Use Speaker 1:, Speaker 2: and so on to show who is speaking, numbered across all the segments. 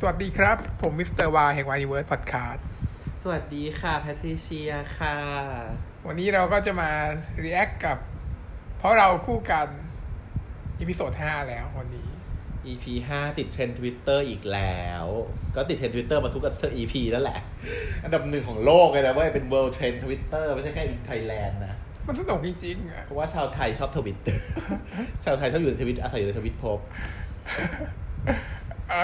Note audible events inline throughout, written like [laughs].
Speaker 1: สวัสดีครับ ผมมิสเตอร์วาแห่งวานิเวิร์สพอดคาสต์
Speaker 2: สวัสดีค่ะแพทริเชียค่ะ
Speaker 1: วันนี้เราก็จะมา react กับ เพราะเราคู่กันอีพิโซด5แล้ววันนี้
Speaker 2: EP 5 ติดเทรนด์ทวิตเตอร์อีกแล้ว ก็ติดเทรนด์ทวิตเตอร์มาทุก EP นั่นแหละ อันดับหนึ่งของโลกเลยนะเว้ยเป็น world trend twitter ไม่ใช่แค่ไทยแลนด์นะ
Speaker 1: มันสนุกจริงๆอะ [laughs]
Speaker 2: เพราะว่าชาวไทยชอบทวิต [laughs] ชาวไทยชอบอยู่ในทวิตอาศัยอยู่ในทวิตภพ
Speaker 1: เอ่อ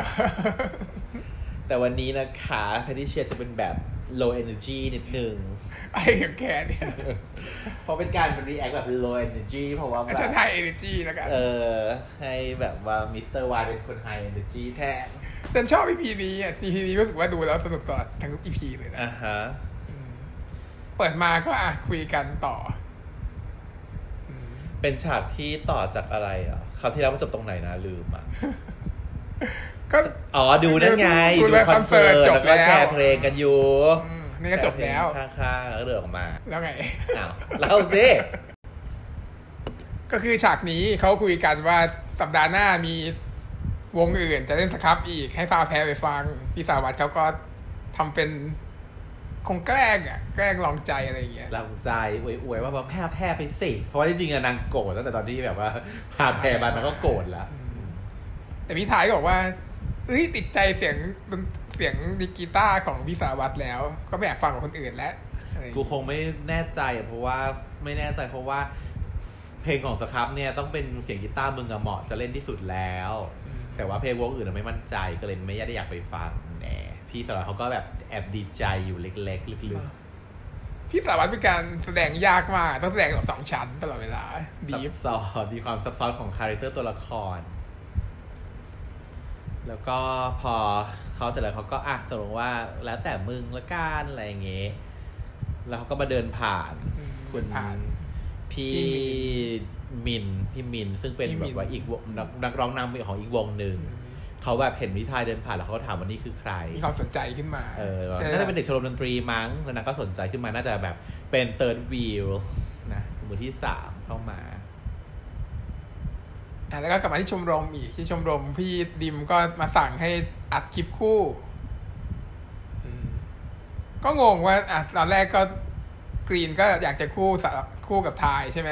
Speaker 2: แต่วันนี้นะคะแพทริเชียจะเป็นแบบ low energy นิดนึง
Speaker 1: ไอ้กับแกเนี่ย
Speaker 2: เพราะเป็นการเป็น react แบบ low energy เพราะว่าแบบ
Speaker 1: ฉันไทยเอเนจีแล้วกัน
Speaker 2: เออให้แบบว่ามิสเตอร์วายเป็นคน high energy แทน
Speaker 1: ฉันชอบอีพีนี้อ่ะอีพีนี้รู้สึกว่าดูแล้วสนุกตลอดทั้งอีพีเลยนะ
Speaker 2: อ่ะฮะ
Speaker 1: อืมเปิดมาก็อ่ะคุยกันต่ออืม
Speaker 2: เป็นฉากที่ต่อจากอะไรอ่ะคราวที่แล้วมันจบตรงไหนนะลืมอ่ะ
Speaker 1: ก็ [laughs]
Speaker 2: อ๋อดูนั่นไง
Speaker 1: ดู
Speaker 2: ดู
Speaker 1: เลย
Speaker 2: คอนเสิร์
Speaker 1: ค
Speaker 2: ต
Speaker 1: อนเสิร์ตจ
Speaker 2: แล้
Speaker 1: บ
Speaker 2: ว
Speaker 1: แล้ว
Speaker 2: ก็แชร์เพลงกันอยู่
Speaker 1: อืมนี่ก็จบแล้ว
Speaker 2: ชร์เพงข้างๆแล้วก็เดินออกมา
Speaker 1: แล้วไง
Speaker 2: อ้าวเล่าสิ
Speaker 1: ก็คือฉากนี้เขาคุยกันว่าสัปดาห์หน้ามีวงอื่นจะเล่นสครับอีกให้ฟาแพ้ไปฟัง พี่สาวัตรเขาก็ทำเป็นคงแกล้งอ่ะ แกล้งลองใจอะไรอย่างเงี้ย
Speaker 2: ลำใจอวยๆว่าแบบแพ้แพ้ไปสิ เพราะว่าจริงๆอะนางโกรธตั้งแต่ตอนที่แบบว่าพาแพ้มานางก็โกรธแล้ว
Speaker 1: แต่พี่ทายก็บอกว่าเอ้ยติดใจเสียงเสียงดิกีตาร์ของพี่สาวัตรแล้ว ก็ไม่อยากฟังของคนอื่นแล้วอะไรอย่าง
Speaker 2: กู
Speaker 1: เงี้ย
Speaker 2: คงไม่แน่ใจอะเพราะว่าไม่แน่ใจเพราะว่าเพลงของสครับเนี่ยต้องเป็นเสียงกีตาร์มึงอะเหมาะจะเล่นที่สุดแล้ว แต่ว่าเพลงวงอื่นอะไม่มั่นใจก็เลยไม่ได้อยากไปฟังแหน่พี่สารวัตรเขาก็แบบแอบดีใจอยู่เล็กๆลึก
Speaker 1: พี่สาวัตรเป็นการแสดงยากมากต้องแสดงแบบสองชั้นตลอดเวลา
Speaker 2: ๆซั
Speaker 1: ดี
Speaker 2: บ
Speaker 1: ฟ
Speaker 2: ซ้อนมีความซับซ้อนของคาแรคเตอร์ตัวละคร แล้วก็พอเขาเสร็จแล้วเขาก็อ่ะตกลงว่าแล้วแต่มึงละกันอะไรอย่างเงี้ยแล้วเขาก็มาเดินผ่าน
Speaker 1: อืม
Speaker 2: คุณ
Speaker 1: ผ่าน
Speaker 2: พี่มินพี่มินซึ่งเป็น
Speaker 1: พี่
Speaker 2: แบ
Speaker 1: มิน
Speaker 2: บว่าอีกวงนักนักร้องนำของอีกวงหนึ่งเขาแบบเห็นวิทายเดินผ่านแล้วเขาก็ถามว่านี่คือใคร
Speaker 1: มีความสนใจขึ้นมา
Speaker 2: เออ
Speaker 1: ใช่ไหม
Speaker 2: น่าจะเป็นเด็กชมรมดนตรีมั้งแล้วนางก็สนใจขึ้นมาน่าจะแบบเป็นเติร์ดวิวนะมือที่สามเข้ามา
Speaker 1: อ่ะแล้วก็กลับมาที่ชมรมอีกที่ชมรมพี่ดิมก็มาสั่งให้อัดคลิปคู่อืมก็งงว่าอ่ะตอนแรกก็กรีนก็อยากจะคู่สลับคู่กับทายใช่ไหม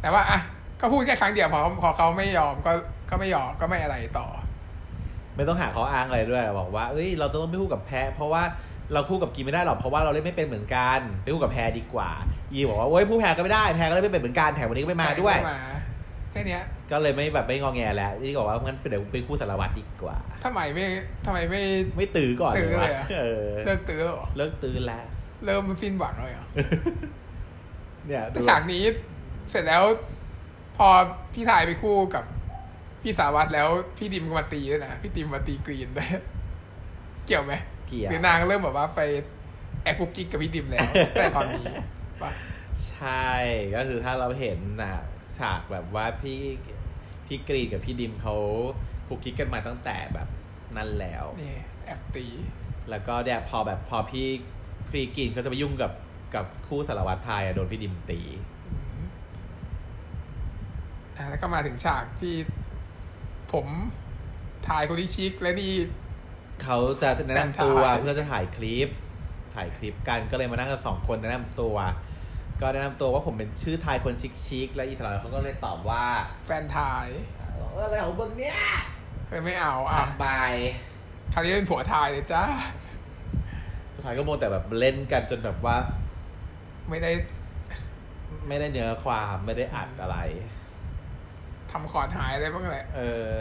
Speaker 1: แต่ว่าอ่ะก็พูดแค่ครั้งเดียวพอพอเขาไม่ยอมก็ก็ไม่ยอมก็ไม่อะไรต่อ
Speaker 2: ไม่ต้องหาข้ออ้างอะไรด้วยบอกว่าเอ้ยเราจะต้องไม่คู่กับแพ้ เพราะว่าเราคู่กับกีไม่ได้หรอกเพราะว่าเราเล่นไม่เป็นเหมือนกันไปคู่กับแพ้ดีกว่ายีบอกว่าเว้ยผู้แพ้ก็ไม่ได้แพ้ก็เล่นไม่เป็นเหมือนกันแถมวันนี้ก็ไม่มาด้วย
Speaker 1: ไมาแค่เนี้ย
Speaker 2: ก็เลยไม่แบบไม่งอแงแล้วนี่บอกว่างั้นเดี๋ยวไปคู่สารวัตรดีกว่า
Speaker 1: ทำไมไม่ทำไมไม่
Speaker 2: ไม่ตื้อก่อน
Speaker 1: ตื้อเล
Speaker 2: วะ
Speaker 1: ยอะ
Speaker 2: เออ
Speaker 1: เลิกตื้อหรอ
Speaker 2: เลิกตื้อแล้ว
Speaker 1: เริ่มสิ้นหวังเลยเหรอ
Speaker 2: เนี่ยดู
Speaker 1: ฉากนี้เสร็จแล้วพอพี่ถ่ายไปคู่กับพี่สาวัตรแล้วพี่ดิมก็มาตีด้วยนะพี่ดิมมาตีกรีนด้วยเกี่ยวไหม
Speaker 2: เกลีย
Speaker 1: หรื
Speaker 2: ด
Speaker 1: อนางเริ่มแบบว่าไปแอบกุ๊กกิ๊กกับพี่ดิม
Speaker 2: [laughs]
Speaker 1: แล้ว แต่ตอนนี้ปะ
Speaker 2: ใช่ก็คือถ้าเราเห็นนะฉากแบบว่าพี่พี่กรีนกับพี่ดิมเขาคุกกิ๊กกันมาตั้งแต่แบบนั่นแล้ว
Speaker 1: นี่แอบตี
Speaker 2: แล้วก็เนี่ยพอแบบพอพี่พี่กรีนเขาจะไปยุ่งกับกับคู่สารวัตรไทยอะโดนพี่ดิมตี
Speaker 1: อ่ะแล้วก็มาถึงฉากที่ผมถ่ายคนที่ชิคและนี่
Speaker 2: เขาจะแนะนำตัว
Speaker 1: แนะนำตัว
Speaker 2: เพื่อจะถ่ายคลิป ถ่ายคลิปกันก็เลยมานั่งกันสองคนแนะนำตัว ก็แนะนำตัวว่าผมเป็นชื่อไทยคนชิคๆแล้วอีสระเขาก็เลยตอบว่า
Speaker 1: แฟนถ่าย
Speaker 2: เอออะไรของมึงเนี่ย
Speaker 1: เคยไม่เอา
Speaker 2: อ่ะ
Speaker 1: อ่ะ
Speaker 2: บาย
Speaker 1: คราวนี้เป็นผัวถ่ายเลยจ้า
Speaker 2: สุดท้ายก็โมวแต่แบบเล่นกันจนแบบว่า
Speaker 1: ไม่ได้
Speaker 2: ไม่ได้เนื้อความไม่ได้อัดอะไร
Speaker 1: ทำขอดหายอะไรบ้างแหละ
Speaker 2: เออ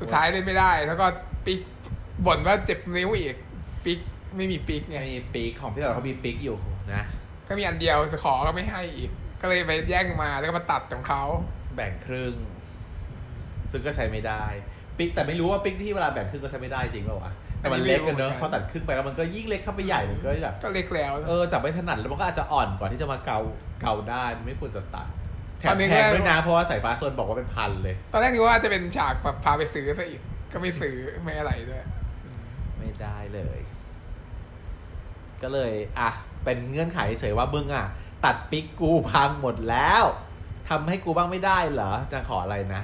Speaker 1: สุดท้ายเล่นไม่ได้ แล้วก็ปิกบ่นว่าเจ็บนิ้วอีก ปิกไม่มีปิกไง
Speaker 2: มีปีกของพี่สระเขามีปีกอยู่นะ
Speaker 1: ก็มีอันเดียวจะขอก็ไม่ให้อีก ก็เลยไปแย่งมาแล้วก็มาตัดของเขา
Speaker 2: แบ่งครึ่ง ซึ่งก็ใช้ไม่ได้ปิกแต่ไม่รู้ว่าปิกที่เวลาแบ่งครึ่งก็ใช้ไม่ได้จริงเปล่าวะแต่มันเล็กกันเนอะพอตัดครึ่งไปแล้วมันก็ยิ่งเล็กเข้าไปใหญ่มันก็แบบ
Speaker 1: ก็เล็กแล้ว
Speaker 2: เออจับไม่ถนัดแล้วมันก็อาจจะอ่อนกว่าที่จะมาเกาเกาได้มันไม่ควรจะตัดแถ
Speaker 1: ต
Speaker 2: ม
Speaker 1: อนนี้
Speaker 2: แพง
Speaker 1: ก็
Speaker 2: ด้วยนะเพราะว่าสายฟ้าโซนบอกว่าเป็นพันเลย
Speaker 1: ตอนแรกนึกว่าจะเป็นฉากแบบพาไปซื้อซะอีก ก็ไม่ซื้อไม่อะไรด้วยอืม
Speaker 2: ไม่ได้เลย ก็เลย อ่ะ เป็นเงื่อนไขเฉยว่ามึงอ่ะ ตัดปิกกูพังหมดแล้วทำให้กูบ้างไม่ได้เหรอจะขออะไรนะ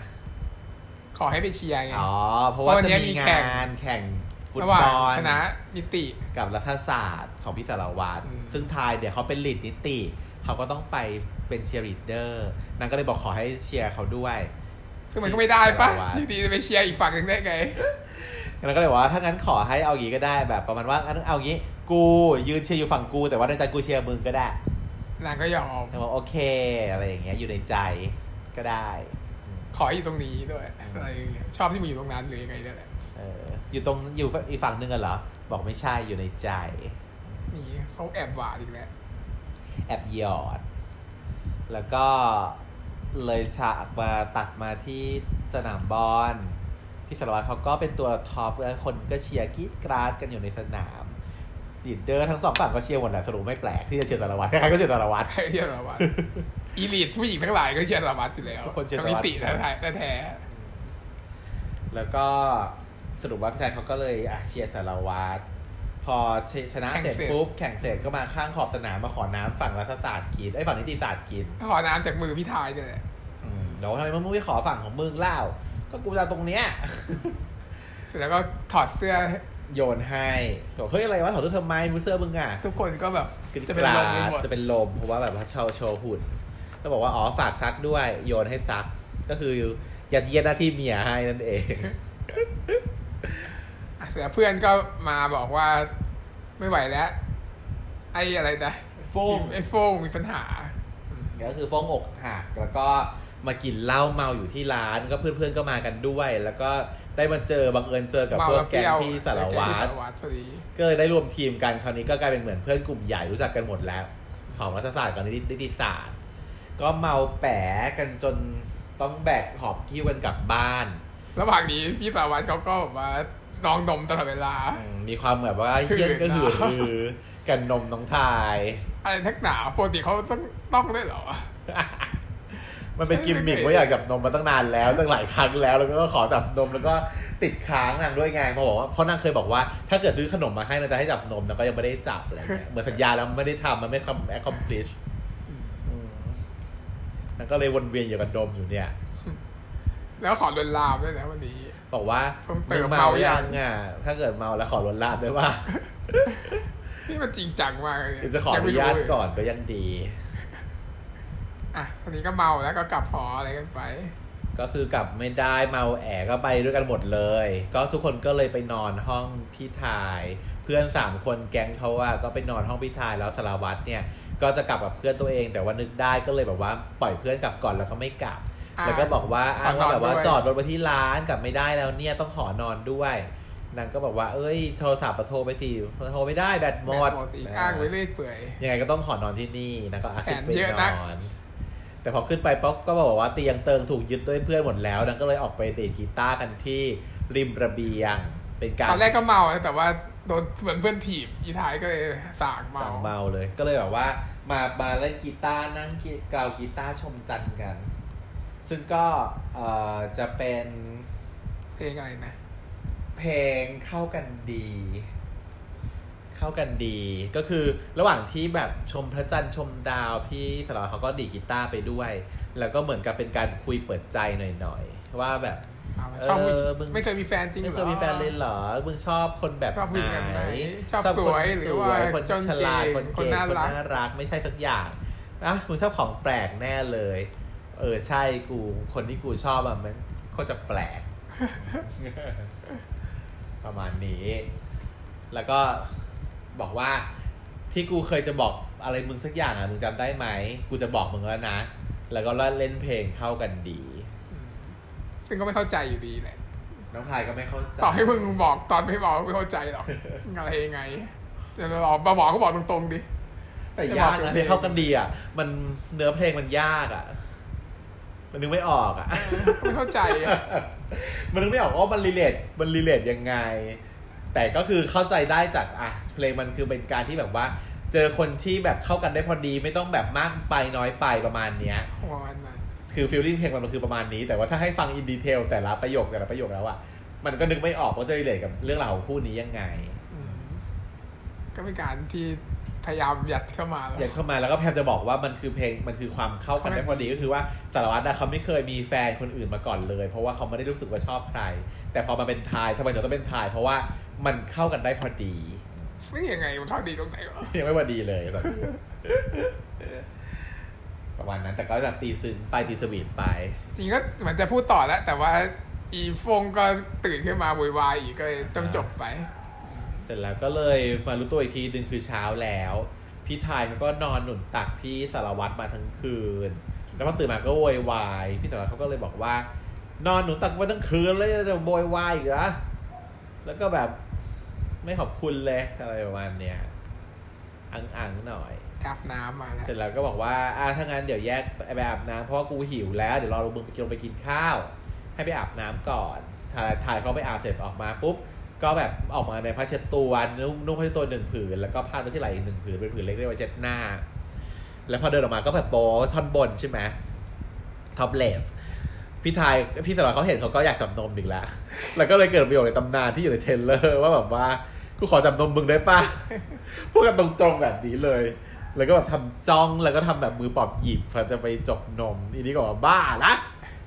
Speaker 1: ขอให้ไปเชียร์ไง
Speaker 2: อ๋อ เพราะว่า
Speaker 1: วัน
Speaker 2: จะ
Speaker 1: นี้
Speaker 2: มี
Speaker 1: มีแข่
Speaker 2: งาง นแข่งฟุต
Speaker 1: ระหว่าง
Speaker 2: บอล
Speaker 1: คณะนิติ
Speaker 2: กับรัฐศาสตร์ของพี่สารวัตร
Speaker 1: อืม
Speaker 2: ซึ่งทายเดี๋ยวเขาเป็นลีดนิติ เขาก็ต้องไปเป็นเชียร์ลีดเดอร์นางก็เลยบอกขอให้เชียร์เขาด้วย
Speaker 1: คือมันก็ไม่ได้ปะ
Speaker 2: สารวัตร
Speaker 1: อยู่ดีจะไปเชียร์อีกฝั่งหนึ่งได้ไง
Speaker 2: นางก็เลยบอกว่าถ้างั้นขอให้เอาอย่างงี้ก็ได้แบบประมาณว่างั้นเอาอย่างงี้ กูยืนเชียร์อยู่ฝั่งกู แต่ว่าในใจกูเชียร์มึงก็ได้
Speaker 1: นางก็ยอม
Speaker 2: นางบอกโอเคอะไรอย่างเงี้ยอยู่ในใจก็ได้อืม
Speaker 1: ขออยู่ตรงนี้ด้วยอะไรอย่างเงี้ยชอบที่มึงอยู่ตรงนั้นหรือยังไงเนี่ยแหละ
Speaker 2: เอออยู่ตรงอยู่ฝั่งอีกฝั่งหนึ่งกันเหรอ บอกไม่ใช่อยู่ในใจ
Speaker 1: นี่เขาแอบหวานอีกแล้ว
Speaker 2: แอบหยอด แล้วก็เลยฉากมาตัดมาที่สนามบอลพี่สารวัตรเขาก็เป็นตัวท็อปแล้วคนก็เชียร์กรีดกราดกันอยู่ในสนามสีดเดอร์ทั้งสองฝั่งก็เชียร์หมดแหละสรุปไม่แปลกที่จะเชียร์สารวัตรใครๆก็เชียร์สารวัตร [laughs]
Speaker 1: ใครเชียร์สารวัตรอีลีทผู้หญิงทั้งหลายก็เชียร์สารวัตรอยู่แล้ว
Speaker 2: ทุกคนเชียร์สาร
Speaker 1: ทั้ง
Speaker 2: วั
Speaker 1: นิ
Speaker 2: ตร
Speaker 1: ติแท้แท้
Speaker 2: แล้วก็สรุปว่าพี่ชายเขาก็เลยอ่ะเชียร์สารวัตรพอชชนะเสร็จปุ๊บแข่งเสร็จก็มาข้างขอบสนามมาขอน้ำฝั่งรัฐศาสตร์กินไอ้ยฝั่งนิติศาสตร์กิน
Speaker 1: ๆขอน้ำจากมือพี่ทายเนี่ยแหละ
Speaker 2: อืมเดี๋ยวทำไมมึงไม่ขอฝั่งของมึงเล่า ก็กูจะเอาตรงเนี้ย
Speaker 1: เสร็จแล้วก็ถอดเสื้อ
Speaker 2: โยนให้บอกเฮ้ยอะไรวะถอดเสื้อทำไมมือเสื้อมึงอ่ะ
Speaker 1: ทุกคนก็แบบ
Speaker 2: กรี๊ด
Speaker 1: จะ
Speaker 2: ก
Speaker 1: เป็น
Speaker 2: รา
Speaker 1: ลมไปหมด
Speaker 2: ดจะเป็นลมเพราะว่าแบบว่าโชว์โชว์หุ่นแล้วบอกว่าอ๋อฝากซักด้วย โยนให้ซัก ก็คือยัดเยียดหน้าที่เมียให้นั่นเอง
Speaker 1: อ่ะเสร็จแล้วเพื่อนก็มาบอกว่าไม่ไหวแล้ว ไอ้อะไรนะ
Speaker 2: โฟง
Speaker 1: ไอ้โฟงมีปัญหาอืม
Speaker 2: ก็คือฟ้องอกหักแล้วก็มากินเหล้าเมาอยู่ที่ร้านก็เพื่อนๆก็มากันด้วย แล้วก็ได้มาเจอบังเอิญเจอกับพวกแก๊งพี่สาร
Speaker 1: แก๊งพี่
Speaker 2: วัตร
Speaker 1: สารวัตรพอดี
Speaker 2: ก็เลยได้รวมทีมกันคราวนี้ก็กลายเป็นเหมือนเพื่อนกลุ่มใหญ่รู้จักกันหมดแล้ว ของรัฐศาสตร์กับนิติศาสตร์ ก็เมาแปะกันจนต้องแบกหอบที่วันกลับบ้าน
Speaker 1: ระหว่างนี้พี่สารวัตรเขาก็แบบว่าน้องนมตลอดเวลา
Speaker 2: อืมมีความแบบว่าเฮี้ยนก็หือหือกันนมน้องทาย
Speaker 1: อะไรทักหนาปกติเขาต้องต้องด้วยเหรอ
Speaker 2: [laughs] มันเป็นกิมมิคว่าอยากจับนมมาตั้งนานแล้วตั้งหลายครั้งแล้วแล้วก็ขอจับนมแล้วก็ติดค้างนางด้วยไงเพราะบอกว่าเพราะนางเคยบอกว่าถ้าเกิดซื้อขนมมาให้นางจะให้จับนมนางก็ยังไม่ได้จับอะไรเงี้ยเหมือนสัญญาแล้วไม่ได้ทำมันไม่คำ accomplish
Speaker 1: อืม
Speaker 2: นางก็เลยวนเวียนอยู่กับดมอยู่เนี่ย
Speaker 1: แล้วขอลวนลามด้วยนะวันนี้
Speaker 2: บอกว่า
Speaker 1: ผมเปิดก
Speaker 2: มึง
Speaker 1: ระ
Speaker 2: เมา
Speaker 1: เป๋ายั
Speaker 2: ยัง งอ่ะถ้าเกิดเมาแล้วขอลวนลามได้
Speaker 1: [laughs]
Speaker 2: ว่า
Speaker 1: นี่มันจริงจังมากเลย
Speaker 2: จะขออนุญาตก่อน
Speaker 1: ยังไม่รู้เลย
Speaker 2: ก็ยังดี
Speaker 1: อ่ะวันนี้ก็เมาแล้วก็กลับหออะไรกันไป
Speaker 2: ก็คือกลับไม่ได้เมาแอก็ไปด้วยกันหมดเลย ก็ทุกคนก็เลยไปนอนห้องพี่ทาย เพื่อนสามคนแก๊งเขาว่าก็ไปนอนห้องพี่ทายแล้วสารวัตรเนี่ย ก็จะกลับกับเพื่อนตัวเอง แต่ว่านึกได้ก็เลยแบบว่าปล่อยเพื่อนกลับก่อนแล้วก็ไม่กลับ
Speaker 1: อ่า
Speaker 2: แล้วก็บอกว่าอ้างว่าแบบว่า
Speaker 1: ขอนอนด้วย
Speaker 2: จอดรถไว้ที่ร้านกลับไม่ได้แล้วเนี่ยต้องขอนอนด้วยนางก็บอกว่าเอ้ยโทรศัพท์มาโทรไปสิโทรไม่ได้แบตหมด
Speaker 1: แอีกอ้างไว้เรื่อยเปื่อย
Speaker 2: ยังไงก็ต้องขอนอนที่นี่นะก็อาขึ้นไป
Speaker 1: แผนเยอะ
Speaker 2: น
Speaker 1: นะ
Speaker 2: อน แต่พอขึ้นไปป๊อปก็บอกว่าเตียงเติงถูกยึดด้วยเพื่อนหมดแล้วนังก็เลยออกไปเดทกีตาร์กันที่ริมระเบียง เป็นการ
Speaker 1: ตอนแรกก็เมานะแต่ว่าโดนเหมือนเพื่อนถีบอีท้ายก็เลยสางเมา
Speaker 2: สั่งเมาเลย ก็เลยแบบว่ามามาเล่นกีตาร์นั่งกีกล่าวกีตาร์ชมจันทร์กัน ซึ่งก็เอ่อจะเป็น
Speaker 1: เพลงอะไรนะ
Speaker 2: เพลงเข้ากันดี เข้ากันดีก็คือระหว่างที่แบบชมพระจันทร์ชมดาวพี่สารวัตรเขาก็ดีดกีตาร์ไปด้วย แล้วก็เหมือนกับเป็นการคุยเปิดใจหน่อยๆ ว่าแบบ
Speaker 1: เอามาชอบผู้หญิง
Speaker 2: เออมึง
Speaker 1: ไม่เคยมีแฟนจริงเหร
Speaker 2: ไม่
Speaker 1: อ
Speaker 2: เคยมีแฟนเลยเหรอมึงชอบคนแบบ
Speaker 1: ชอบผู้หญิงแบบ
Speaker 2: ไห
Speaker 1: ไห
Speaker 2: น
Speaker 1: นชอบสวยหรือว่า
Speaker 2: คน
Speaker 1: จน
Speaker 2: ฉลาด
Speaker 1: เก่ง
Speaker 2: คน
Speaker 1: คน
Speaker 2: เก่ง
Speaker 1: น่า
Speaker 2: คน
Speaker 1: รัก
Speaker 2: น่ารักไม่ใช่สักอย่างอ่ะมึงชอบของแปลกแน่เลย เออใช่กูคนที่กูชอบอ่ะมันโคตรจะแปล
Speaker 1: [laughs]
Speaker 2: ก ประมาณนี้ แล้วก็บอกว่าที่กูเคยจะบอกอะไรมึงสักอย่างอ่ะมึงจำได้ไหม กูจะบอกมึงแล้วนะ แล้วก็เล่นเพลงเข้ากันดี
Speaker 1: อืมซึ่งก็ไม่เข้าใจอยู่ดีแหละ
Speaker 2: น้องทายก็ไม่เข้าใจ
Speaker 1: ต่อให้มึงบอกตอนไม่บอกไม่เข้าใจหร
Speaker 2: [laughs]
Speaker 1: อกอะไรยังไงจะบอกมาบอกก็บอกตรงๆดิ
Speaker 2: แต่ยากนะเพลงเข้ากันดีอ่ะ มันเนื้อเพลงมันยากอ่ะ มันนึกไม่ออกอ่ะ
Speaker 1: ไม่เข้าใจอะ [laughs]
Speaker 2: มันนึกไม่ออกว่ามันรีเลทมันรีเลทยังไง แต่ก็คือเข้าใจได้จากอ่ะเพลงมันคือเป็นการที่แบบว่า เจอคนที่แบบเข้ากันได้พอดี ไม่ต้องแบบมากไปน้อยไปประมาณเนี้ย
Speaker 1: ประมาณนั้น
Speaker 2: คือฟีลลิ่งเพลงมันคือประมาณนี้ แต่ว่าถ้าให้ฟังอินดีเทลแต่ละประโยคแต่ละประโยคแล้วอ่ะมันก็นึกไม่ออกว่าจะรีเลทกับเรื่องราวของคู่นี้ยังไง
Speaker 1: อืมก็เป็นการที่ พยายามยัดเข้ามาแล้ว
Speaker 2: อยากเข้ามาแล้วก็พยายามจะบอกว่ามันคือเพลงมันคือความเข้ากันได้พอดีก็คือว่าสารวัตรอะเขาไม่เคยมีแฟนคนอื่นมาก่อนเลย เพราะว่าเขาไม่ได้รู้สึกว่าชอบใคร แต่พอมาเป็นทายทำไมถึงต้องเป็นทาย เพราะว่ามันเข้ากันได้พอดี
Speaker 1: นี่ยังไงมันเท่าดีตรงไหนวะ
Speaker 2: ยังไม่พอดีเลย [laughs] แบบ ประมาณนั้นแต่ก็แบบตีซึ้งไปตีสวีทไป
Speaker 1: จริงก็เหมือนจะพูดต่อแล้ว แต่ว่าอีฟงก็ตื่นขึ้นมาโวุ่นวายอีกก็เลยต้องจบไป
Speaker 2: เสร็จแล้วก็เลยมารู้ตัวอีกทีหนึ่งคือเช้าแล้ว พี่ทายเขาก็นอนหนุนตักพี่สารวัตรมาทั้งคืน แล้วพอตื่นมาก็โวยวายพี่สารวัตรเขาก็เลยบอกว่า นอนหนุนตักมาทั้งคืนแล้วจะโวยวายอีกเหรอแล้วก็แบบไม่ขอบคุณเลยอะไรประมาณเนี้ยอังอังๆหน่อย
Speaker 1: อาบน้ำมาแล้ว
Speaker 2: เสร็จแล้วก็บอกว่า อ่าถ้างั้นเดี๋ยวแยกไปอาบน้ำเพราะว่ากูหิวแล้ว เดี๋ยวรอลงมึงไปกินลงไปกินข้าว ให้ไปอาบน้ำก่อน ถ่ายถ่ายเขาไปอาบเสร็จออกมาปุ๊บ ก็แบบออกมาในผ้าเช็ดตัวนุ่งนุ่งผ้าเช็ดตัวหนึ่งผืน แล้วก็ผ้าไว้ที่ไหล่อีกหนึ่งผืนเป็นผืนเล็กเรียกว่าเช็ดหน้า แล้วพอเดินออกมาก็แบบโปท่อนบนใช่ไหมท็อปเลส พี่ทายพี่สารวัตรเขาเห็นเขาก็อยากจับนมอีกแล้ว [laughs] แล้วก็เลยเกิดประโยคในตำนานที่อยู่ในเทรลเลอร์ว่าแบบว่ากูขอจับนมมึงได้ปะ พูดกันตรงๆแบบนี้เลย แล้วก็แบบทำจ้องแล้วก็ทำแบบมือปอบหยิบเพื่อจะไปจกนมอีนี้ก็บอกบ้าละ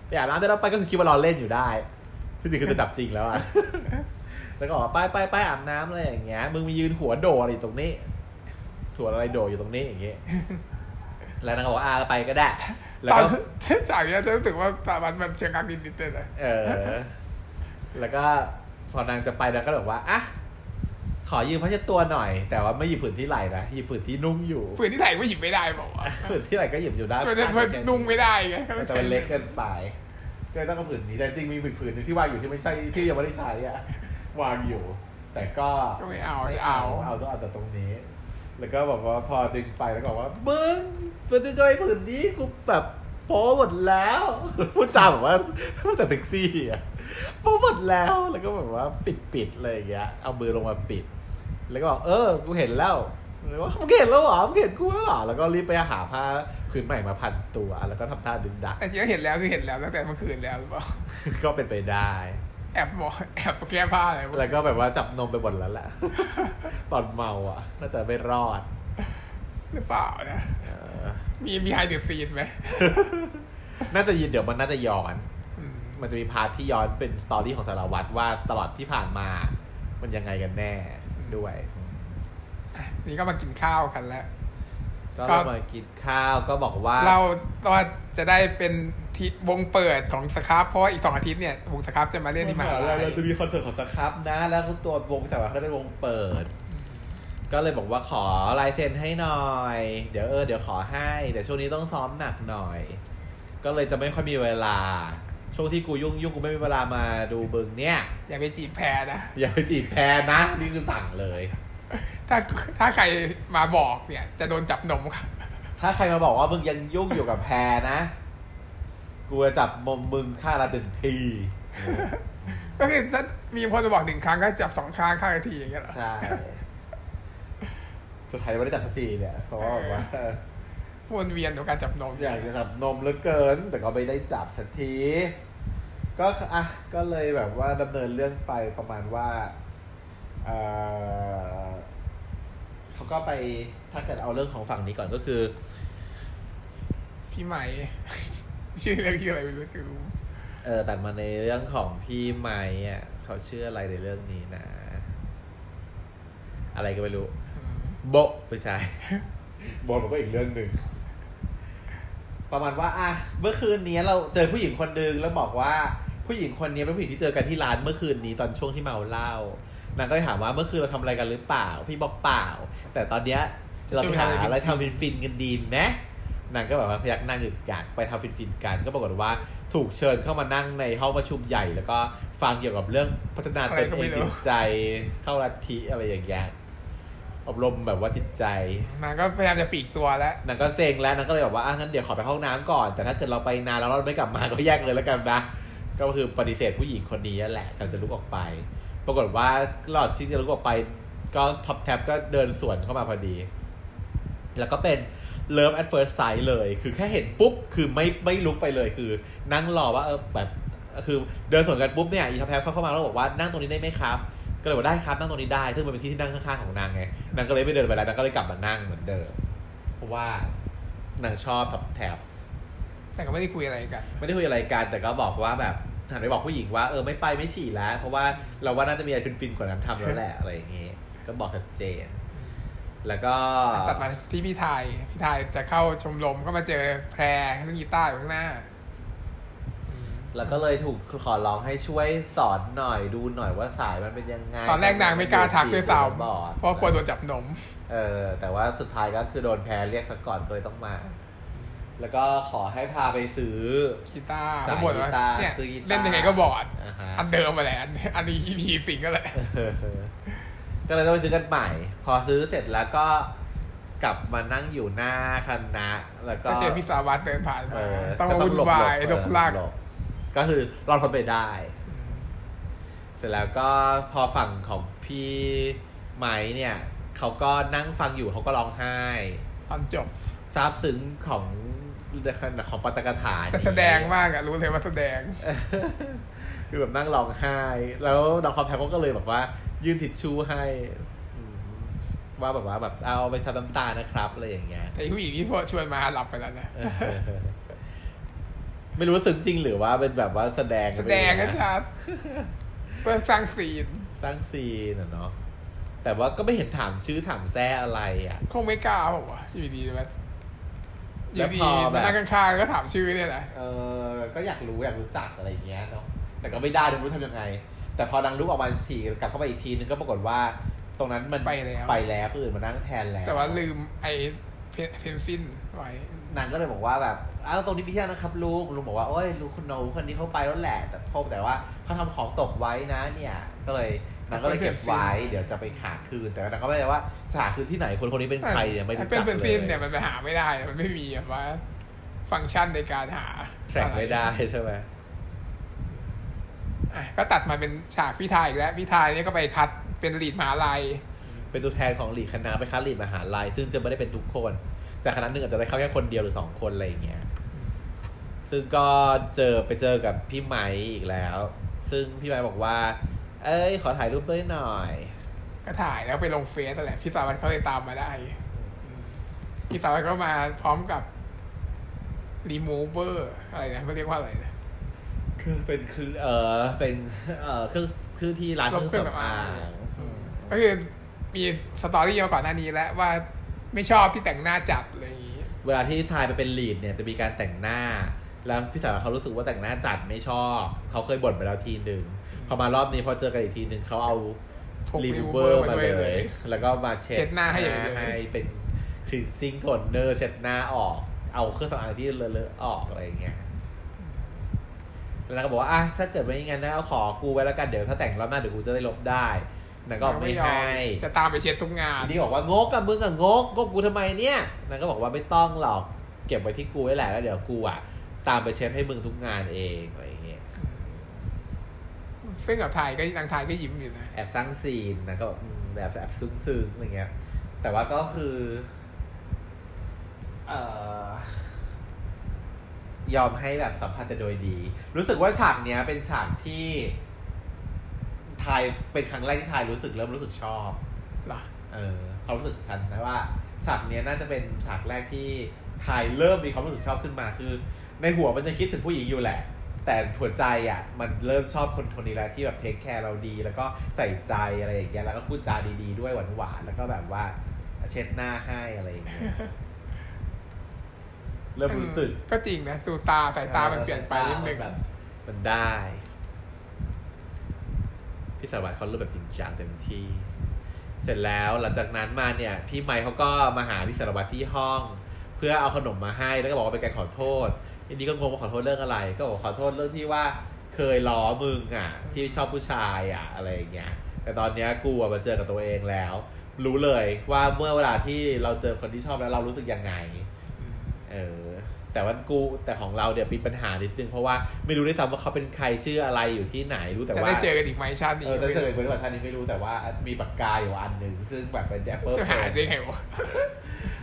Speaker 2: ไปอาบน้ำได้แล้วไปก็คือคิดว่ารอเล่นอยู่ได้ที่จริงคือจะจับจริงแล้วอะ [laughs] แล้วก็บอกว่าไปไปไปอาบน้ำอะไรอย่างเงี้ยมึงมียืนหัวโดอะไรอยู่ตรงนี้หัวอะไรโดอยู่ตรงนี้อย่างเงี้ยแล้วนางก็บอกว่าอาไปก็ได้ แล้ว
Speaker 1: ตอน
Speaker 2: ก็
Speaker 1: จากเนี้ย [laughs] จะรู้สึกว่าสามันมันเชียงรักนิดๆเลยนะ
Speaker 2: เออ แล้วก็พอนางจะไปนางก็แบบว่าอ่ะขอยืมผ้าเช็ดตัวหน่อย แต่ว่าไม่หยิบผืนที่ไหล่นะหยิบผืนที่นุ่งอยู่
Speaker 1: ฝืนที่ไหนก็หยิบไม่ได้บอกว่า
Speaker 2: ผืนที่ไหล่ก็หยิบอยู่ได้
Speaker 1: ส่วนจะฝืนนุ่งไม่ได้ไงก็
Speaker 2: แต่มันเล็กเกินไปก็เลยต้องเอาผืนนี้แต่จริงมีผืนหนึ่งที่วางอยู่ที่ไม่ใช่ที่ยังไม่ได้ใช้อ่ะวางอยู่ แต่ก็
Speaker 1: ก็ไม่เอา
Speaker 2: ไม่
Speaker 1: จะ
Speaker 2: เอา
Speaker 1: เอา
Speaker 2: เอาต้องเอาแต่ตรงนี้ แล้วก็บอกว่าพอดึงไปแล้วก็บอกว่ามึงมึงดึงไอ้ผืนนี้กูแบบโป๊หมดแล้ว [laughs] พูดจาแบบว่า [laughs] พูดแต่เซ็กซี่อะโป๊หมดแล้วแล้วก็แบบว่าปิดปิดๆอะไรอย่างเงี้ยเอามือลงมาปิด แล้วก็บอกเออกูเห็นแล้วแล้วว่ามึงเห็นแล้วเหรอมึงเห็นกูแล้วเหรอแล้วก็รีบไปหาผ้าผืนใหม่มาพันตัวแล้วก็ทำท่าดึงดัก [laughs]
Speaker 1: แต่จริงก็เห็นแล้วคือเห็นแล้วตั้งแต่เมื่อคืนแล้วหรือเปล่า
Speaker 2: ก็เป็นไปได้
Speaker 1: แอบหมอแอบแก้ [laughs] ผ้าอะไรพวก
Speaker 2: แล้วก็แบบว่าจับนมไปหมดแล้วแหละ [laughs] ตอนเมาอ่ะน่าจะไม่รอด
Speaker 1: หรือเปล่านะ
Speaker 2: เออ
Speaker 1: มีมีไฮเดรฟีนไหม
Speaker 2: น่าจะยินเดี๋ยวมันน่าจะย้อน
Speaker 1: อืม
Speaker 2: มันจะมีพาร์ทที่ย้อนเป็นสตอรี่ของสารวัตรว่าตลอดที่ผ่านมา มันยังไงกันแน่ด้วย
Speaker 1: อ่ะนี่ก็มากินข้าวกันแล้ว
Speaker 2: ก็
Speaker 1: ครับ
Speaker 2: มากินข้าวก็บอกว่า
Speaker 1: เราก็จะได้เป็นทีวงเปิดของสครับเพราะว่าอีกสองอาทิตย์เนี่ยวงสครับจะมาเล่นที่มหาลัย
Speaker 2: เราจะมีคอนเสิร์ตของสครับนะ แล้วตัววงสามารถได้เป็นวงเปิด ก็เลยบอกว่าขอลายเซ็นให้หน่อย เดี๋ยวเออเดี๋ยวขอให้ แต่ช่วงนี้ต้องซ้อมหนักหน่อย ก็เลยจะไม่ค่อยมีเวลา ช่วงที่กูยุ่งยุ่งกูไม่มีเวลามาดูบึงเนี่ย
Speaker 1: อย่าไปจีบแพรนะ
Speaker 2: อย่าไปจีบแพรนะ นี่คือสั่งเลย
Speaker 1: ถ้าถ้าใครมาบอกเนี่ย จะโดนจับนมครับ
Speaker 2: ถ้าใครมาบอกว่ามึงยังยุ่งอยู่กับแพรนะ กูจะจับมมมึงฆ่าละดึงที
Speaker 1: ก็คือถ้ามีคนมาบอกหนึ่งครั้งก็จับสองครั้งข้างละทีอย่างเงี้ยเหรอ
Speaker 2: ใช่ สุดท้ายไม่ได้จับสักทีเนี่ย เพราะว่าแบบว่า
Speaker 1: วนเวียนของการจับนม
Speaker 2: อยากจะจับนมเหลือเกิน แต่ก็ไม่ได้จับสักที ก็อ่ะก็เลยแบบว่าดำเนินเรื่องไปประมาณว่าเอ่อเขาก็ไปถ้าเกิดเอาเรื่องของฝั่งนี้ก่อนก็คือ
Speaker 1: พี่ [laughs] ไหม ชื่อเรื่องชื่ออะไรไม่รู้คือ
Speaker 2: เออตัดมาในเรื่องของพี่ไม้อ่ะเขาชื่ออะไรในเรื่องนี้นะ อะไรก็ไม่รู้
Speaker 1: ม
Speaker 2: โบะไม่ใช่ [laughs] โบะมันก็อีกเรื่องหนึ่ง ประมาณว่าอ่ะเมื่อคืนนี้เราเจอผู้หญิงคนหนึ่งแล้วบอกว่า ผู้หญิงคนนี้เป็นผู้หญิงที่เจอกันที่ร้านเมื่อคืนนี้ตอนช่วงที่เมาเหล้านางก็เลยถามว่าเมื่อคืนเราทำอะไรกันหรือเปล่า พี่บอกเปล่า แต่ตอนเนี้ยเราไปหาอะไรทำฟินฟินๆกันดีไหมนางก็แบบว่าพยักหน้าหงึกกักไปทำฟินฟินๆกัน ก็ปรากฏว่าถูกเชิญเข้ามานั่งในห้องประชุมใหญ่ แล้วก็ฟังเกี่ยวกับเรื่องพัฒนาตนเองจิตใจเข้าลัทธิอะไรอย่างเงี้ยอบรมแบบว่าจิตใจ
Speaker 1: นางก็พยายามจะปลีกตัวแล้ว
Speaker 2: นางก็เซ็งแล้วนางก็เลยแบบว่าอ่ะงั้นเดี๋ยวขอไปเข้าห้องน้ำก่อน แต่ถ้าเกิดเราไปนานแล้วเราไม่กลับมา ก็แยกเลยแล้วกันนะ ก็คือปฏิเสธผู้หญิงคนนี้นั่นแหละกำลังจะลุกออกไป ปรากฏว่าหลอดที่จะลุกออกไป ก็ท็อปแท็บก็เดินสวนเข้ามาพอดี แล้วก็เป็นเลิฟ at first sight เลย คือแค่เห็นปุ๊บ คือไม่ไม่ลุกไปเลย คือนั่งรอว่าเออแบบ คือเดินสวนกันปุ๊บเนี่ยอีท็อปแท็บเข้าเข้ามาแล้วบอกว่านั่งตรงนี้ได้ไหมครับ ก็ ก็เลยบอกได้ครับนั่งตรงนี้ได้ ซึ่งมันเป็นที่ที่นั่งข้างๆของนางไงนางก็เลยไม่เดินไปแล้วนางก็เลยกลับมานั่งเหมือนเดิมเพราะว่านางชอบทับแถบ
Speaker 1: แต่ก็ไม่ได้คุยอะไรกัน
Speaker 2: ไม่ได้คุยอะไรกันแต่ก็บอกว่าแบบหันไปบอกผู้หญิงว่าเออไม่ไปไม่ฉี่แล้ว เพราะว่าเราว่าน่าจะมีอะไรฟินๆกว่านั้นทำแล้วแหละ อะไรอย่างเงี้ยก็บอกชัดเจน แล้วก็
Speaker 1: ตัดมาที่พี่ไทยพี่ไทยจะเข้าชมรมก็มาเจอแพรเรื่องกีตาร์อยู่ข้างหน้าอืม
Speaker 2: แล้วก็เลยถูกขอร้องให้ช่วยสอนหน่อยดูหน่อยว่าสายมันเป็นยังไง
Speaker 1: ตอนแรกนางไม่กล้าทักด้วยซ้
Speaker 2: บอด
Speaker 1: ำเพราะกลัวโดนจับหนม
Speaker 2: เออแต่ว่าสุดท้ายก็คือโดนแพ้เรียกซะก่อนก็เลยต้องมา แล้วก็ขอให้พาไปซื้อ
Speaker 1: กีตาร์
Speaker 2: สาย
Speaker 1: เขาบ่นว่า
Speaker 2: กีตาร์
Speaker 1: เนี่ย
Speaker 2: ซื้อกีตาร์
Speaker 1: เล่นยังไงก็บอด
Speaker 2: อ่าฮะ
Speaker 1: อันเดิมมาแหละอันอันนี้ EP สิงก็แหละ
Speaker 2: เออ [laughs] ก็เลยต้องไปซื้อกันใหม่ พอซื้อเสร็จแล้วก็กลับมานั่งอยู่หน้าคณะ แล้วก็
Speaker 1: ก็เจอพี่สาวัตรเดินผ่าน
Speaker 2: เอ
Speaker 1: มา
Speaker 2: อ
Speaker 1: ต้อง
Speaker 2: ก็
Speaker 1: มาวุ่น
Speaker 2: หลบ
Speaker 1: วาย
Speaker 2: ห
Speaker 1: ด
Speaker 2: ล
Speaker 1: ก
Speaker 2: บ
Speaker 1: ลัก
Speaker 2: หลบก็คือเราทนไปได้ เสร็จแล้วก็พอฝั่งของพี่ไม้เนี่ย เขาก็นั่งฟังอยู่เขาก็ร้องไห้
Speaker 1: ตอนจบ
Speaker 2: ซาบซึ้งของของปาตกถา
Speaker 1: แต่แสดงมากอะรู้เลยว่าแสดง
Speaker 2: [laughs] คือแบบนั่งร้องไห้ แล้วน้องคอมแทบก็เลยแบบว่า ยื่นทิชชู่ให้อืมว่าแบบว่าแบบเอาไปทำน้ำตานะครับอะไรอย่างเงี้ย [laughs]
Speaker 1: แต่ผู้หญิงที่ชวนมาหลับไปแล้วนะ
Speaker 2: เออไม่รู้ว่าซึ้งจริงหรือว่าเป็นแบบว่าแสดง
Speaker 1: แสดง
Speaker 2: ไป
Speaker 1: ก็
Speaker 2: เองนะ
Speaker 1: ชัดเพื่อสร้างซีน
Speaker 2: สร้างซีนอะเนาะแต่ว่าก็ไม่เห็นถามชื่อถามแซ่อะไรอ่ะ
Speaker 1: คงไม่กล้าบอกว่าอยู่ดีๆมาอ
Speaker 2: แล้
Speaker 1: ยู่ดี
Speaker 2: วพอแบ
Speaker 1: ๆ
Speaker 2: บ
Speaker 1: นั่งข้างๆก็ถามชื่อเนี่ยแหละ
Speaker 2: เออก็อยากรู้อยากรู้จักอะไรอย่างเงี้ยเนาะแต่ก็ไม่ได้ไม่รู้ทำยังไง แต่พอนางลุกออกมาฉี่กลับเข้าไปอีกทีนึงก็ปรากฏว่า ตรงนั้นมัน
Speaker 1: ไปแล้ว
Speaker 2: ไปแล้วคืออื่นมานั่งแทนแล้ว
Speaker 1: แต่ว่าลืมไอ้เพนซินไว้
Speaker 2: นางก็เลยบอกว่าแบบอ้าวตรงนี้พี่ที่นะครับลุงลุงบอกว่าโอ้ยลุงคนโน้คนนี้เขาไปแล้วแหละ แต่พบแต่ว่าเขาทำของตกไว้นะเนี่ย ก็เลยนางก็เลยเก็บไว้เดี๋ยวจะไปหาคืนแต่ว่านางก็ไม่ได้ว่าจะหาคืนที่ไหนคนคนนี้เป็นใครเนี่ยไม่รู้
Speaker 1: เป็น
Speaker 2: จัก
Speaker 1: เป็น
Speaker 2: เล
Speaker 1: ฟิ
Speaker 2: ย
Speaker 1: นเนี่ยมันไปหาไม่ได้มันไม่มีแบบว่า ฟังก์ชันในการหา
Speaker 2: แทร็กไม่ได้
Speaker 1: อะ
Speaker 2: ใช่ไหม
Speaker 1: รอ่ะก็ตัดมาเป็นฉากพี่ทายอีกแล้วพี่ทายเนี่ยก็ไปคัดเป็นลีดมหาลัย
Speaker 2: เป็นตัวแทนของหลีกคณะไปคัดหลีกมหาลัยซึ่งจะไม่ได้เป็นทุกคน จากคณะหนึ่งอาจจะได้เข้าแค่คนเดียวหรือสองคนอะไรอย่างเงี้ย ซึ่งก็เจอไปเจอกับพี่ไหมอีกแล้ว ซึ่งพี่ไหมบอกว่า เอ้ย ขอถ่ายรูปด้วยหน่อย
Speaker 1: ก็ถ่ายแล้วไปลงเฟซนั่นแหละพี่สาวัตรเขาเลยตามมาได้อืมพี่สาวัตรก็มาพร้อมกับรีมูเวอร์อะไรนะเขาเรียกว่าอะไรนะ
Speaker 2: คือเป็นคือเออเป็นเออเครื่องคือที่ร้านเครื่องสำอาง
Speaker 1: อืมก็คือมีสตอรี่มาก่อนหน้านี้แล้วว่าไม่ชอบที่แต่งหน้าจัดอะไรอย่างนี้
Speaker 2: เวลาที่ทายไปเป็นลีดเนี่ยจะมีการแต่งหน้า แล้วพี่สาวเขารู้สึกว่าแต่งหน้าจัดไม่ชอบ เขาเคยบ่นไปแล้วทีหนึ่งพอมารอบนี้พอเจอกันอีกทีหนึ่งเขาเอา
Speaker 1: พก
Speaker 2: รีมูเวอ
Speaker 1: remover
Speaker 2: ร์
Speaker 1: มา
Speaker 2: มา
Speaker 1: ด้วย
Speaker 2: เล
Speaker 1: เลย ย
Speaker 2: แล้วก็มาเช็
Speaker 1: เช็ดหน้าให้อย่างเดียว
Speaker 2: ให้เป็นคลีนซิ่งโทนเนอร์เช็ดหน้าออก เอาเครื่องสำอางที่เลอะๆออกอะไรอย่างเงี้ยแล้วนางก็บอกว่าอ่ะถ้าเกิดไม่งั้นนะเอาขอกูไว้แล้วกันเดี๋ยวถ้าแต่งรอบหน้าเดี๋ยวกูจะได้ลบได้นางก็บอกไม่ให้
Speaker 1: จะตามไปเช็ดทุกงาน
Speaker 2: อันนี้บอกว่างกกับมึงอะงกงกกูทำไมเนี่ยนางก็บอกว่าไม่ต้องหรอก เก็บไว้ที่กูไว้แหละแล้วเดี๋ยวกูอะตามไปเช็ดให้มึงทุกงานเองอะไรอย่างเงี้ย
Speaker 1: ซึ่งกับไทยก็นางไทยก็ยิ้มอยู่นะ
Speaker 2: แอบสร้างซีนนางก็แบบอืมแบบแอบซึ้งซึ้งๆอะไรเงี้ย แต่ว่าก็คือเอ่อยอมให้แบบสัมผัสแต่โดยดี รู้สึกว่าฉากเนี้ยเป็นฉากที่ไทยเป็นครั้งแรกที่ไทยรู้สึกเริ่มรู้สึกชอบ
Speaker 1: เหรอ
Speaker 2: เออความรู้สึกฉันนะว่าฉากเนี้ยน่าจะเป็นฉากแรกที่ถ่ายเริ่มมีความรู้สึกชอบขึ้นมาคือ ในหัวมันจะคิดถึงผู้หญิงอยู่แหละ แต่หัวใจอ่ะมันเริ่มชอบคนคนนี้แล้วที่แบบเทคแคร์เราดี แล้วก็ใส่ใจอะไรอย่างเงี้ยแล้วก็พูดจาดีๆด้วยหวานๆแล้วก็แบบว่าเช็ดหน้าให้อะไรอย่างเงี้ยเริ่มรู้สึก
Speaker 1: เออก็จริงนะดูตาสายตามันเปลี่ยนไปนิดนึง
Speaker 2: แบบมันได้ พี่สารวัตรเขาเริ่มแบบจริงจังเต็มที่ เสร็จแล้วหลังจากนั้นมาเนี่ย พี่ไมค์เขาก็มาหาพี่สารวัตรที่ห้อง เพื่อเอาขนมมาให้แล้วก็บอกว่าเป็นการขอโทษอันนี้ก็งงว่าขอโทษเรื่องอะไร ก็บอกขอโทษเรื่องที่ว่าเคยล้อมึงอ่ะ ที่ชอบผู้ชายอ่ะอะไรอย่างเงี้ยแต่ตอนเนี้ยกูอะมาเจอกับตัวเองแล้ว รู้เลยว่าเมื่อเวลาที่เราเจอคนที่ชอบแล้วเรารู้สึกยังไง เออแต่ว่ากูแต่ของเราเนี่ยมีปัญหานิดนึง เพราะว่าไม่รู้ด้วยซ้ำว่าเขาเป็นใครชื่ออะไรอยู่ที่ไหนรู้แต่
Speaker 1: จะ
Speaker 2: ว่า
Speaker 1: ได้เจอกันอีกไหมชาตินี้
Speaker 2: เออจะเจอเป็นวันท่านนี้ไม่รู้แต่ว่ามีปากกาอยู่อันหนึ่งซึ่งแบบเป็นแอปเปิล
Speaker 1: จะหาได้ไงวะ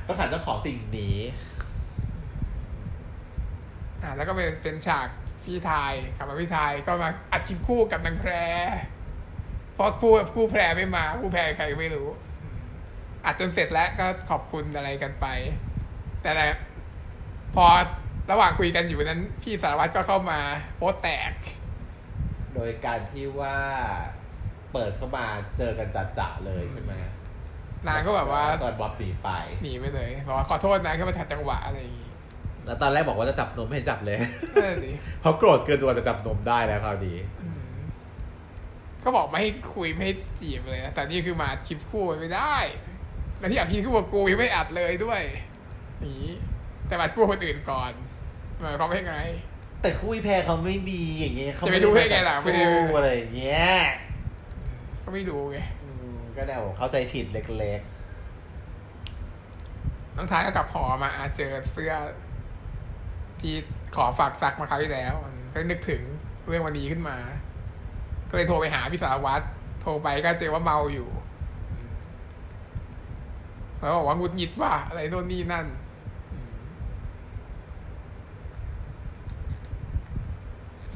Speaker 2: ต้องหาเจ้าของสิ่งนี้
Speaker 1: อ่ะแล้วก็เป็นเป็นฉากพี่ไทยกลับมาพี่ไทยก็มาอัดคลิปคู่กับนางแพร เพราะคู่คู่แพรไม่มาคู่แพรใครก็ไม่รู้อืมอัดจนเสร็จแล้วก็ขอบคุณอะไรกันไป แต่ละพอระหว่างคุยกันอยู่นั้น พี่สารวัตรก็เข้ามาโพสต์แตก
Speaker 2: โดยการที่ว่าเปิดเข้ามาเจอกันจัดๆเลยใช่ไหม
Speaker 1: นางก็แบบว่า
Speaker 2: ซอยบ๊อบตีไป
Speaker 1: หนีไปเลยบอกว่าขอโทษนะแค่มาถัดจังหวะอะไรอย่างงี้
Speaker 2: แล้วตอนแรกบอกว่าจะจับนมไม่ให้จับเลย
Speaker 1: นั่นสิ
Speaker 2: เพราะโกรธเกินตัวจะจับนมได้แล้วคราวนี้
Speaker 1: อืมก็บอกไม่ให้คุยไม่ให้จีบเลยนะแต่นี่คือมาอัดคลิปคู่ไม่ได้แล้วที่อัดคลิปคู่กับกูยังไม่อัดเลยด้วยหนีแต่มาอัดคู่คนอื่นก่อนหมายความว่ายังไง
Speaker 2: แต่คุยแพรเขาไม่มีอย่างเงี้ยเขา
Speaker 1: จะไปรู้ได้ไงล่ะไม่
Speaker 2: ไม่
Speaker 1: ได้
Speaker 2: ได้คู่อะไรอย่างเงี้ย
Speaker 1: ก็ไม่รู้ไง
Speaker 2: อืมก็เดาเข้าใจผิดเล็ก
Speaker 1: น้องท้ายก็กลับหอมาอาเจอเสื้อ ที่ขอฝากซักมาคราวที่แล้วอืมก็นึกถึงเรื่องวันนี้ขึ้นมา ก็เลยโทรไปหาพี่สารวัตรโทรไปก็เจอว่าเมาอยู่อืมแล้วบอกว่าหงุดหงิดว่ะอะไรโน่นนี่นั่นอืม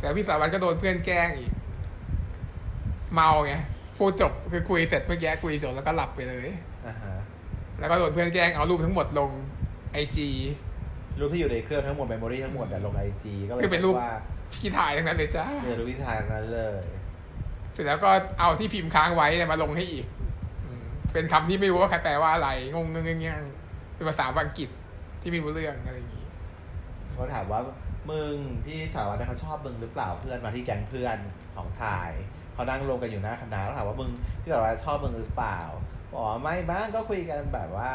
Speaker 1: แต่พี่สารวัตรก็โดนเพื่อนแกล้งอีก เมาไงพูดจบคือคุยเสร็จเมื่อกี้คุยจบแล้วก็หลับไปเลย
Speaker 2: ๆอ่าฮะ
Speaker 1: แล้วก็โดนเพื่อนแกล้งเอารูปทั้งหมดลงไอจี
Speaker 2: รูปที่อยู่ในเครื่องทั้งหมดเมมโมรี่ทั้งหมดแต่ยลงไอจีก็เลย
Speaker 1: คือเป็นรูป
Speaker 2: ว่า
Speaker 1: พี่ถ่ายทั้งนั้นเลยจ้า
Speaker 2: เรียนรู้วิธีทางนั้นเลย
Speaker 1: เสร็จแล้วก็เอาที่พิมพ์ค้างไว้เนี่ยมาลงให้อีกอืมเป็นคำที่ไม่รู้ว่าใครแปลว่าอะไร งงงงงงๆเป็นภาษาอังกฤษที่ไม่รู้เรื่องอะไรอย่างนี้
Speaker 2: เขาถามว่ามึงพี่สาววันนั้นเขาชอบมึงหรือเปล่าเพื่อนมาที่แก๊งเพื่อนของถ่ายเขานั่งรวมกันอยู่หน้าคณะแล้วถามว่ามึงพี่สาววันชอบมึงหรือเปล่าบอกว่าไม่บ้างก็คุยกันแบบว่า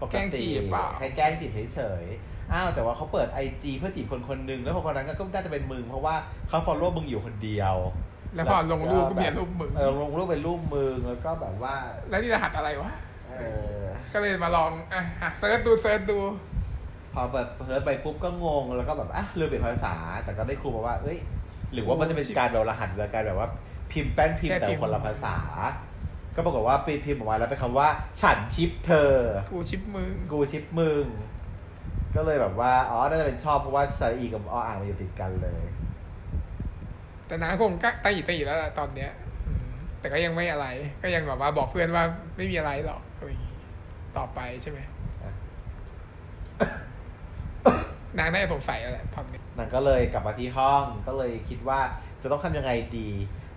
Speaker 2: ปก
Speaker 1: แกล้งจี
Speaker 2: ติ
Speaker 1: บเปล่า
Speaker 2: ให้แกล้งจีบเฉยๆอ้าวแต่ว่าเขาเปิดไอจีเพื่อจีบคนคนหนึ่งแล้วคนคนนั้นก็น่าจะเป็นมึงเพราะว่าเขาฟอลโล่มึงอยู่คนเดียว
Speaker 1: แล้วพอลงรูปก็เปลี่ยนรูปมึง
Speaker 2: เออลงรูปเป็นรูปมึงแล้วก็แบบว่า
Speaker 1: แล้วนี่รหัสอะไรวะ
Speaker 2: เออ
Speaker 1: ก็เลยมาลองอ่ะหาเซิร์ชดูเซิร์ชดู
Speaker 2: พอเปิดเพิร์ดไปปุ๊บก็งง แล้วก็แบบอ่ะลืมเปลี่ยนภาษา แต่ก็ได้ครูบอกว่า เอ้ย หรือว่ามันจะเป็นการแบบรหัสหรือการแบบว่า พิมพ์แป้นพิมพ์
Speaker 1: แค่
Speaker 2: แต่
Speaker 1: พิมพ์
Speaker 2: คนละภาษา ก็ปรากฏว่าไปพิมพ์ออกมาแล้วเป็นคำว่า ฉันชิปเธอ
Speaker 1: กูชิปมึง
Speaker 2: กูชิปมึง ก็เลยแบบว่า อ๋อ น่าจะเป็นชอบเพราะว่าสระอีกับออ่างมันอยู่ติดกันเลย
Speaker 1: แต่นางคงก็ตั้งอีตั้งอีแล้วล่ะตอนเนี้ยอืมแต่ก็ยังไม่อะไร ก็ยังแบบว่าบอกเพื่อนว่าไม่มีอะไรหรอกอะไรอย่างนี้ต่อไปใช่ไหม
Speaker 2: อ่ะ
Speaker 1: นางน่าจะสงสัยแล้วแหละตอนนี้
Speaker 2: นางก็เลยกลับมาที่ห้องก็เลยคิดว่าจะต้องทำยังไงดี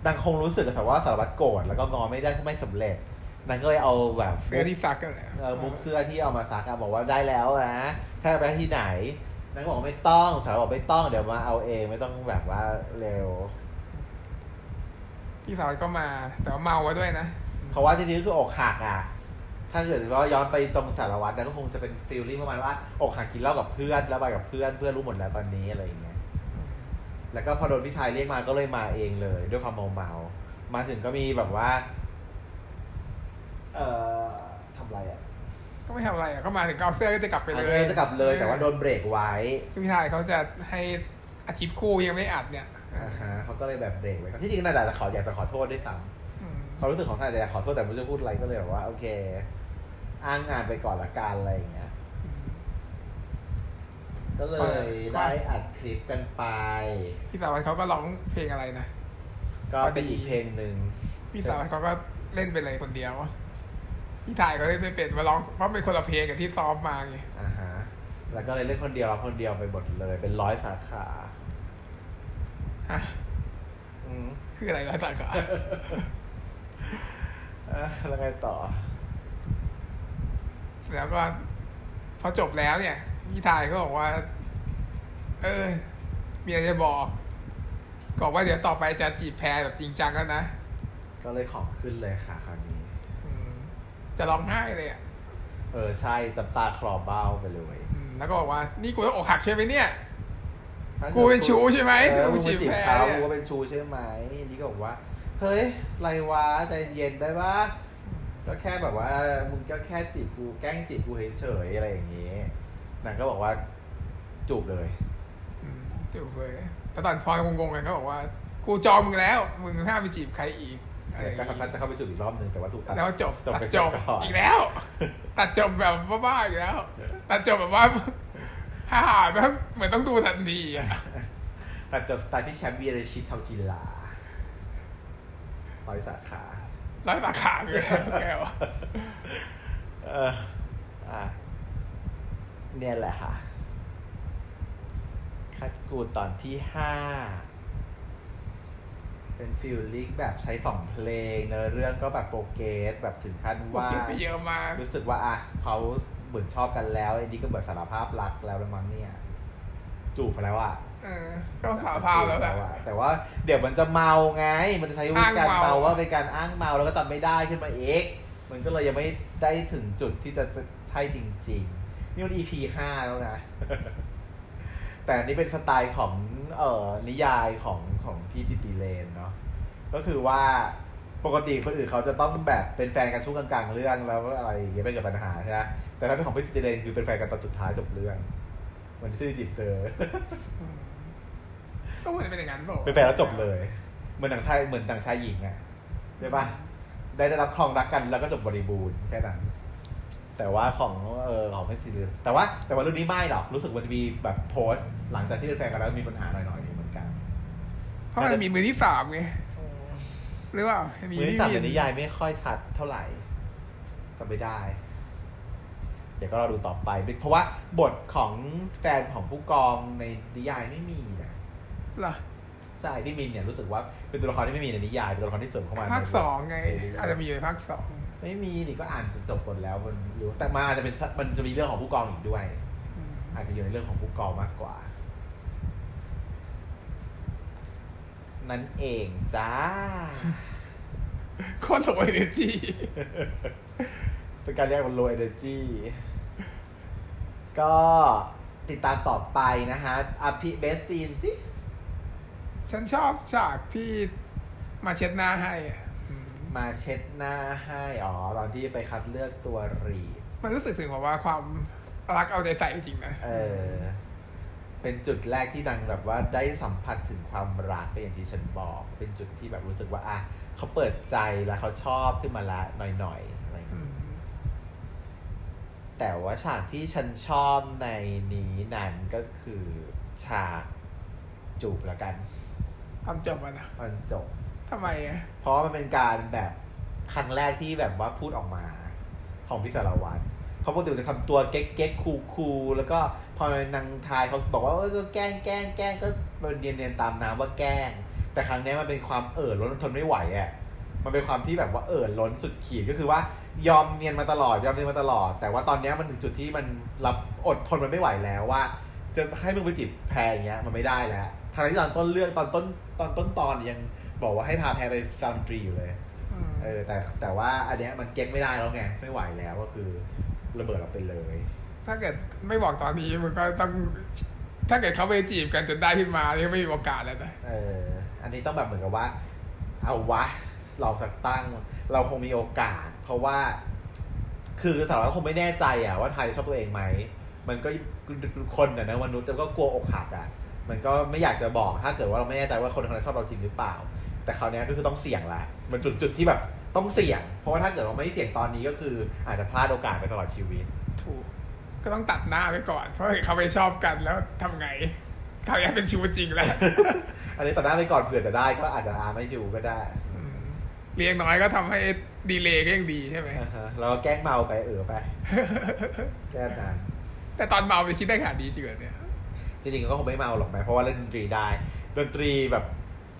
Speaker 2: นางคงรู้สึกแต่ว่าสารวัตรโกรธแล้วก็งอไม่ได้ถ้าไม่สำเร็จนางก็เลยเอาแบบ
Speaker 1: เสื้อที่ซักกันแหละ
Speaker 2: เออมุกเสื้อที่เอามาซักอะบอกว่าได้แล้วนะถ้าไปที่ไหนนางก็บอกไม่ต้องสาวบอกไม่ต้องเดี๋ยวมาเอาเองไม่ต้องแบบว่าเร็ว
Speaker 1: พี่สาวก็มาแต่ว่าเมามาด้วยนะ
Speaker 2: เพราะว่าจริงๆก็คืออกหักอะถ้าเกิดว่าย้อนไปตรงสารวัตรนะก็คงจะเป็นฟีลลิ่งประมาณว่าอกหักกินเหล้ากับเพื่อนแล้วไปกับเพื่อนเพื่อนรู้หมดแล้วตอนนี้อะไรอย่างเงี้ยแล้วก็พอโดนพี่ไทยเรียกมาก็เลยมาเองเลย ด้วยความเมาเมาๆมาถึงก็มีแบบว่า เอ่อทำอะไรอะ
Speaker 1: ก็ไม่ทำอะไรอ่ะก็มาถึงก็เอาเสื้อก็จะกลับไปเล
Speaker 2: เอย อจะกลับเลย แต่ว่าโดนเบรกไว้
Speaker 1: คือพี่ชายเขาจะให้อาทิตย์คู่ยังไม่อัดเนี่ย
Speaker 2: อ่าฮะเขาก็เลยแบบเบรกไว้ก่อนที่จริงน่าจะขออยากจะขอโทษด้วยซ้
Speaker 1: อืม
Speaker 2: ำความรู้สึกของท่านอาจจะอยากขอโทษแต่ไม่รู้จะพูดอะไรก็เลยแบบว่า โอเค อ้างงานไปก่อนละกันอะไรอย่างเงี้ย ก็เลยได้อัดคลิปกันไป
Speaker 1: พี่สาวเขาก็ร้องเพลงอะไรนะ
Speaker 2: ก็เป็นอีกเพลงหนึ่ง
Speaker 1: พี่สาวเขาก็เล่นไปเลยคนเดียว พี่ถ่ายเขาเล่นไม่เป็นมาร้องเพราะเป็นคนละเพลงกับที่ซ้อมมาไง
Speaker 2: อ่าฮะแล้วก็เลยเล่นคนเดียวเราคนเดียวไปหมดเลย เป็นร้อยสาขา
Speaker 1: ฮะ
Speaker 2: อืม
Speaker 1: คืออะไรก็ตามก็
Speaker 2: อ่ะแล้วไงต่อ
Speaker 1: แล้วก็พอจบแล้วเนี่ย พี่ถ่ายก็บอกว่า เออมีอะไรจะบอกบอกว่าเดี๋ยวต่อไปจะจีบแพรแบบจริงจังแล้วนะ
Speaker 2: ก็เลยของขึ้นเลยค่ะคราวนี้
Speaker 1: อืมจะร้องไห้เลยอ่ะ
Speaker 2: เออใช่ตำตาคลอเบ้าไปเลย
Speaker 1: อืมแล้วก็บอกว่า นี่กูต้องอกหักใช่ไหมเนี่ย
Speaker 2: ทั้ง
Speaker 1: กูเป็นชูใช่ไหม
Speaker 2: เออกู
Speaker 1: กูจี
Speaker 2: จี
Speaker 1: บบ แพ้
Speaker 2: เขา
Speaker 1: เนี่ย
Speaker 2: กูก็เป็นชูใช่ไหมอันนี่ก็บอกว่า เฮ้ยไรวะใจเย็นได้ปะก็แค่แบบว่ามึงก็แค่จีบกูแกล้งจีบกูเฉยๆอะไรอย่างนี้นางก็บอกว่าจูบเลย
Speaker 1: อืมจูบเลยแต่ตอนพลอยงงๆกันก็บอกว่า กูจองมึงแล้ว มึงห้ามไปจีบใครอีกอะไรอย่าง
Speaker 2: ก็
Speaker 1: งี้
Speaker 2: กำลังจะเข้าไปจูบอีกรอบหนึ่งแต่ว่าถูกตัด
Speaker 1: แล้วจบ
Speaker 2: จบ
Speaker 1: ตัด
Speaker 2: ไป
Speaker 1: จ
Speaker 2: ซะ
Speaker 1: บ
Speaker 2: ก่อน
Speaker 1: อีกแล้ว ตัดจบแบบบ้าๆอีกแล้ว ตัดจบแบบว่า [laughs] ฮ่าต้องเหมือนต้องดูทันทีอ่ะ
Speaker 2: ตัดจบสไตล์พี่แชมป์วีรชิตทองจีลา ร้อยสาขา
Speaker 1: ร้อยสาขาเลยแกวะ
Speaker 2: เอออ่ะเนี่ยแหละค่ะ คัดกูตอนที่ห้า เป็นฟิลลิ่งแบบใช้สองเพลงเนื้อเรื่องก็แบบโปรเกรสแบบถึงขั้น
Speaker 1: ผม
Speaker 2: ว่า
Speaker 1: คิดไปเยอะมาก
Speaker 2: รู้สึกว่าอ่ะเขาเหมือนชอบกันแล้วไอ้นี่ก็เหมือนสารภาพรักแล้วละมั้งเนี่ย จูบไปแล้วอ่ะ
Speaker 1: เออ ก็สารภาพแล้วแหละ
Speaker 2: จูบแต่ว่าเดี๋ยวมันจะเมาไง มันจะใช้วิธีการ
Speaker 1: อ้างเมา
Speaker 2: เมาว่าเป็นการอ้างเมาแล้วก็จำไม่ได้ขึ้นมาเอกมันก็เลยยังไม่ได้ถึงจุดที่จะใช่จริงๆ นี่มัน EP ห้าแล้วนะ แต่อันนี่เป็นสไตล์ของเอ่อนิยายของของพี่จิตติเลนเนาะ ก็คือว่าปกติคนอื่นเขาจะต้องแบบเป็นแฟนกันช่วงกลางๆเรื่องแล้วอะไรอย่างเงี้ยไม่เกิดปัญหาใช่ไหมแต่ถ้าเป็นของพี่จิตติเลนคือเป็นแฟนกันตอนสุดท้ายจบเรื่องเหมันที่จีบเธอ
Speaker 1: อืมก็เหมือนเป็นอย่างนั้นโ
Speaker 2: เป็นแฟนแล้วจบเลย เหมือนหนังไทยเหมือนหนังชายหญิงอะใช่ปะได้ได้รับครองรักกันแล้วก็จบบริบูรณ์แค่นั้น แต่ว่าของเออของเพชรซีเรียสแต่ว่าแต่ว่ารุ่นนี้ไม่หรอก รู้สึกว่าจะมีแบบโพสต์ หลังจากที่เป็นแฟนกันแล้วมีปัญหาหน่อยๆอยู่เหมือนกัน
Speaker 1: เพราะมันมีมือที่สามไงหรือเปล่ามี
Speaker 2: มือที่
Speaker 1: พี่
Speaker 2: สาม
Speaker 1: วิ
Speaker 2: ใน
Speaker 1: น
Speaker 2: นิยายไม่ค่อยชัดเท่าไหร่จำไม่ได้ เดี๋ยวก็รอดูต่อไป เพราะว่าบทของแฟนของผู้กองในนิยายไม่มีนะ
Speaker 1: เหรอ
Speaker 2: ใช่พี่มินเนี่ยรู้สึกว่าเป็นตัวละครที่ไม่มีในนิยายเป็นตัวละครที่เสริมเข้ามาใน
Speaker 1: ภาคสองไง
Speaker 2: ซีรีส์
Speaker 1: อาจจะมีอยู่ในภาคสอง
Speaker 2: ไม่มีนี่ก็อ่านจนจบหมดแล้วมันรู้แต่มันอาจจะเป็นสักมันจะมีเรื่องของผู้กองอีกด้วย
Speaker 1: อืม
Speaker 2: อาจจะอยู่ในเรื่องของผู้กองมากกว่า นั่นเองจ้า [laughs]
Speaker 1: โคตรสวยเลยจี
Speaker 2: เป็นการเรียกว่า low energy ก็ติดตามต่อไปนะฮะอภิเบสซีนสิ
Speaker 1: ฉันชอบฉากที่มาเช็ดหน้าให้อะอืม
Speaker 2: มาเช็ดหน้าให้ อ๋อ ตอนที่ไปคัดเลือกตัวรีด
Speaker 1: มันรู้สึกถึงแบบว่าความรักเอาใจใส่จริงนะ
Speaker 2: เออ เป็นจุดแรกที่ดังแบบว่าได้สัมผัสถึงความรักก็อย่างที่ฉันบอก เป็นจุดที่แบบรู้สึกว่าอ่ะเขาเปิดใจแล้วเขาชอบขึ้นมาละหน่อยๆอะไรอย่าง
Speaker 1: อื
Speaker 2: เงี้
Speaker 1: ม
Speaker 2: ยแต่ว่าฉากที่ฉันชอบในนี้นั้นก็คือฉากจูบละกัน
Speaker 1: ทำจบอ่ะนะ
Speaker 2: ตอนจบ
Speaker 1: ทำไมอ่ะ
Speaker 2: เพราะว่ามันเป็นการแบบครั้งแรกที่แบบว่าพูดออกมาของพี่สารวัตรเพราะปกติมันจะทำตัวเก๊กเก๊กคูลคูลแล้วก็พอนางทายเขาบอกว่าเออก็แกล้งแกล้งแกล้งก็เนียนเนียนๆตามน้ำว่าแกล้ง แต่ครั้งเนี้ยมันเป็นความเอ่อล้นทนไม่ไหวอะ่ะมันเป็นความที่แบบว่าเอ่อล้นสุดขีดก็คือว่ายอมเนียนมาตลอดยอมเนียนมาตลอด แต่ว่าตอนเนี้ยมันถึงจุดที่มันรับอดทนมันไม่ไหวแล้วว่า จะให้มึงไปจีบแพรอย่างเงี้ยมันไม่ได้แล้วทางที่ตอนต้นเรื่องตอนต้นตอนต้นตอนยังบอกว่าให้พาแพรไปซาวดนตรีอยู่เลย
Speaker 1: อืม
Speaker 2: เออแต่แต่ว่าอันเนี้ยมันเก็ตไม่ได้แล้วไง ไม่ไหวแล้วก็คือระเบิดออกไปเลย
Speaker 1: ถ้าเกิดไม่บอกตอนนี้มันก็ต้อง ถ้าเกิดเขาไปจีบกันจนได้ขึ้นมาเนี่ยไม่มีโอกาสแล้วนะ
Speaker 2: เอออันนี้ต้องแบบเหมือนกับว่า เอาวะ เราสักตั้ง เราคงมีโอกาส เพราะว่า คือสารวัตรคงไม่แน่ใจอะว่าไทยชอบตัวเองไหม มันก็คนน่ะนะมนุษย์แล้วก็กลัวอกหักอะมันก็ไม่อยากจะบอกถ้าเกิดว่าเราไม่แน่ใจว่าคนคนนั้นชอบเราจริงหรือเปล่า แต่คราวเนี้ยก็คือต้องเสี่ยงละมันจุดจุดที่แบบต้องเสี่ยง เพราะว่าถ้าเกิดเราไม่เสี่ยงตอนนี้ก็คือ อาจจะพลาดโอกาสไปตลอดชีวิต [laughs]
Speaker 1: ถูกก็ต้องตัดหน้าไปก่อน เพราะเขาไปชอบกันแล้วทำไงคราวนี้เป็นชูจริงแล้ว
Speaker 2: อันนี้ตัดหน้าไปก่อนเผื่อจะได้ก็อาจจะอาไม่อยู่ก็ได้
Speaker 1: อืมเรียงน้อยก็ทำให้ดีเลย์ก็ยังดีใช่ไหม
Speaker 2: เราแกล้งเมาไปเอ
Speaker 1: [laughs]
Speaker 2: อไป แค่นั้น
Speaker 1: แต่ตอนเมาไปคิดได้ขนาดนี้จริงเหรอเนี่ย
Speaker 2: จริงๆก็คงไม่เมาหรอกไหมเพราะว่าเล่นดนตรีได้ ดนตรีแบบ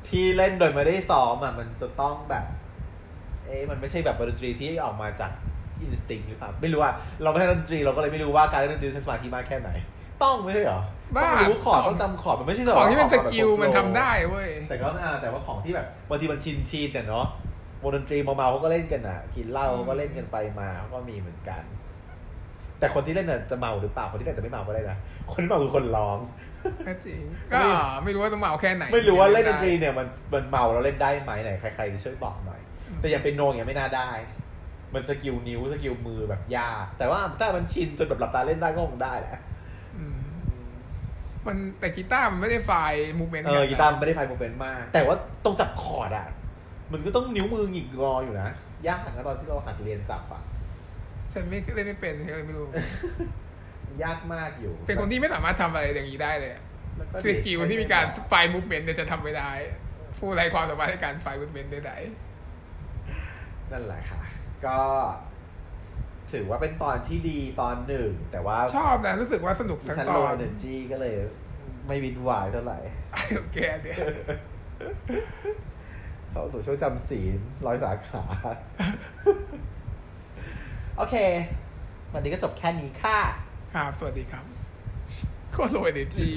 Speaker 2: ที่เล่นโดยไม่ได้ซ้อมอ่ะมันจะต้องแบบ เอ๊ะมันไม่ใช่แบบดนตรีที่ออกมาจากอินสติ้งหรือเปล่าไม่รู้อ่ะเราไม่ใช่ดนตรีเราก็เลยไม่รู้ว่าการเล่นดนตรีใช้สมาธิมากแค่ไหน ต้องไม่ใช่เหรอ
Speaker 1: บ้า
Speaker 2: ต้องรู้คอร์ดต้องจำคอร์ดมันไม่ใช่หร
Speaker 1: ของที่เป็น
Speaker 2: ค
Speaker 1: ส
Speaker 2: อร์ดแบบ
Speaker 1: กิล
Speaker 2: โฟล์
Speaker 1: มันทำได้เว้ย
Speaker 2: แต่ก็อ่าแต่ว่าของที่แบบบางทีมันชินชินแต่เนาะวงดนตรีเมาๆเขาก็เล่นกันอ่ะ กินเหล้าเขาก็เล่นกันไปมาเขาก็มีเหมือนกัน แต่คนที่เล่นน่ะจะเมาหรือเปล่าคนที่เล่นแต่ไม่เมาก็ได้นะคนที่เมาคือคนร้อง
Speaker 1: ก็จริง ก็ไม่รู้ว่าต้องเมาแค่ไหน
Speaker 2: ไม่รู้ว่าเล่นดนตรีเนี่ยมันมันเมาแล้วเล่นได้ไหมไหนใครๆจะช่วยบอกหน่อย แต่อย่างเป็นโนอย่างเงยไม่น่าได้ มันสกิลนิ้วสกิลมือแบบยากแต่ว่าถ้ามันชินจนแบบหลับตาเล่นได้ก็คงได้แหละ
Speaker 1: อืมมันแต่กีตาร์มันไม่ได้ไฟล์มูเมนต์
Speaker 2: เออกีตาร์มันไม่ได้ไฟโมเฟนต์มาก แต่ว่าต้องจับคอร์ดอ่ะมันก็ต้องนิ้วมือหงิกงออยู่นะยากนะตอนที่เราหัดเรียนจับอ่ะ
Speaker 1: ฉันไม่เล่นไม่เป็นเลยไม่รู้
Speaker 2: ยากมากอยู่
Speaker 1: เป็นคนที่ไม่สามารถทำอะไรอย่างนี้ได้เลยอะ
Speaker 2: แล้ว
Speaker 1: สกิลที่มีการไฟมูฟเมนต์เนี่ยจะทำไม่ได้ ผู้ไร้ความสามารถในการไฟมูฟเมนต์ใด
Speaker 2: นั่นแหละค่ะ ก็ ถือว่าเป็นตอนที่ดีตอนหนึ่ง แต่ว่า
Speaker 1: ชอบนะรู้สึกว่าสนุก
Speaker 2: ดิ
Speaker 1: ทั้ง
Speaker 2: ฉัน
Speaker 1: ต
Speaker 2: โล
Speaker 1: อน
Speaker 2: เนอร์จีก็เลย ไม่วินวายเท่าไหร่
Speaker 1: โอเคเดี๋ยว
Speaker 2: เข้าสู่ช่วงจำศีลร้อยสาขา [laughs] โอเค วันนี้ก็จบแค่นี้ค่ะ
Speaker 1: ครับสวัสดีครับ โคตรโรยเนจี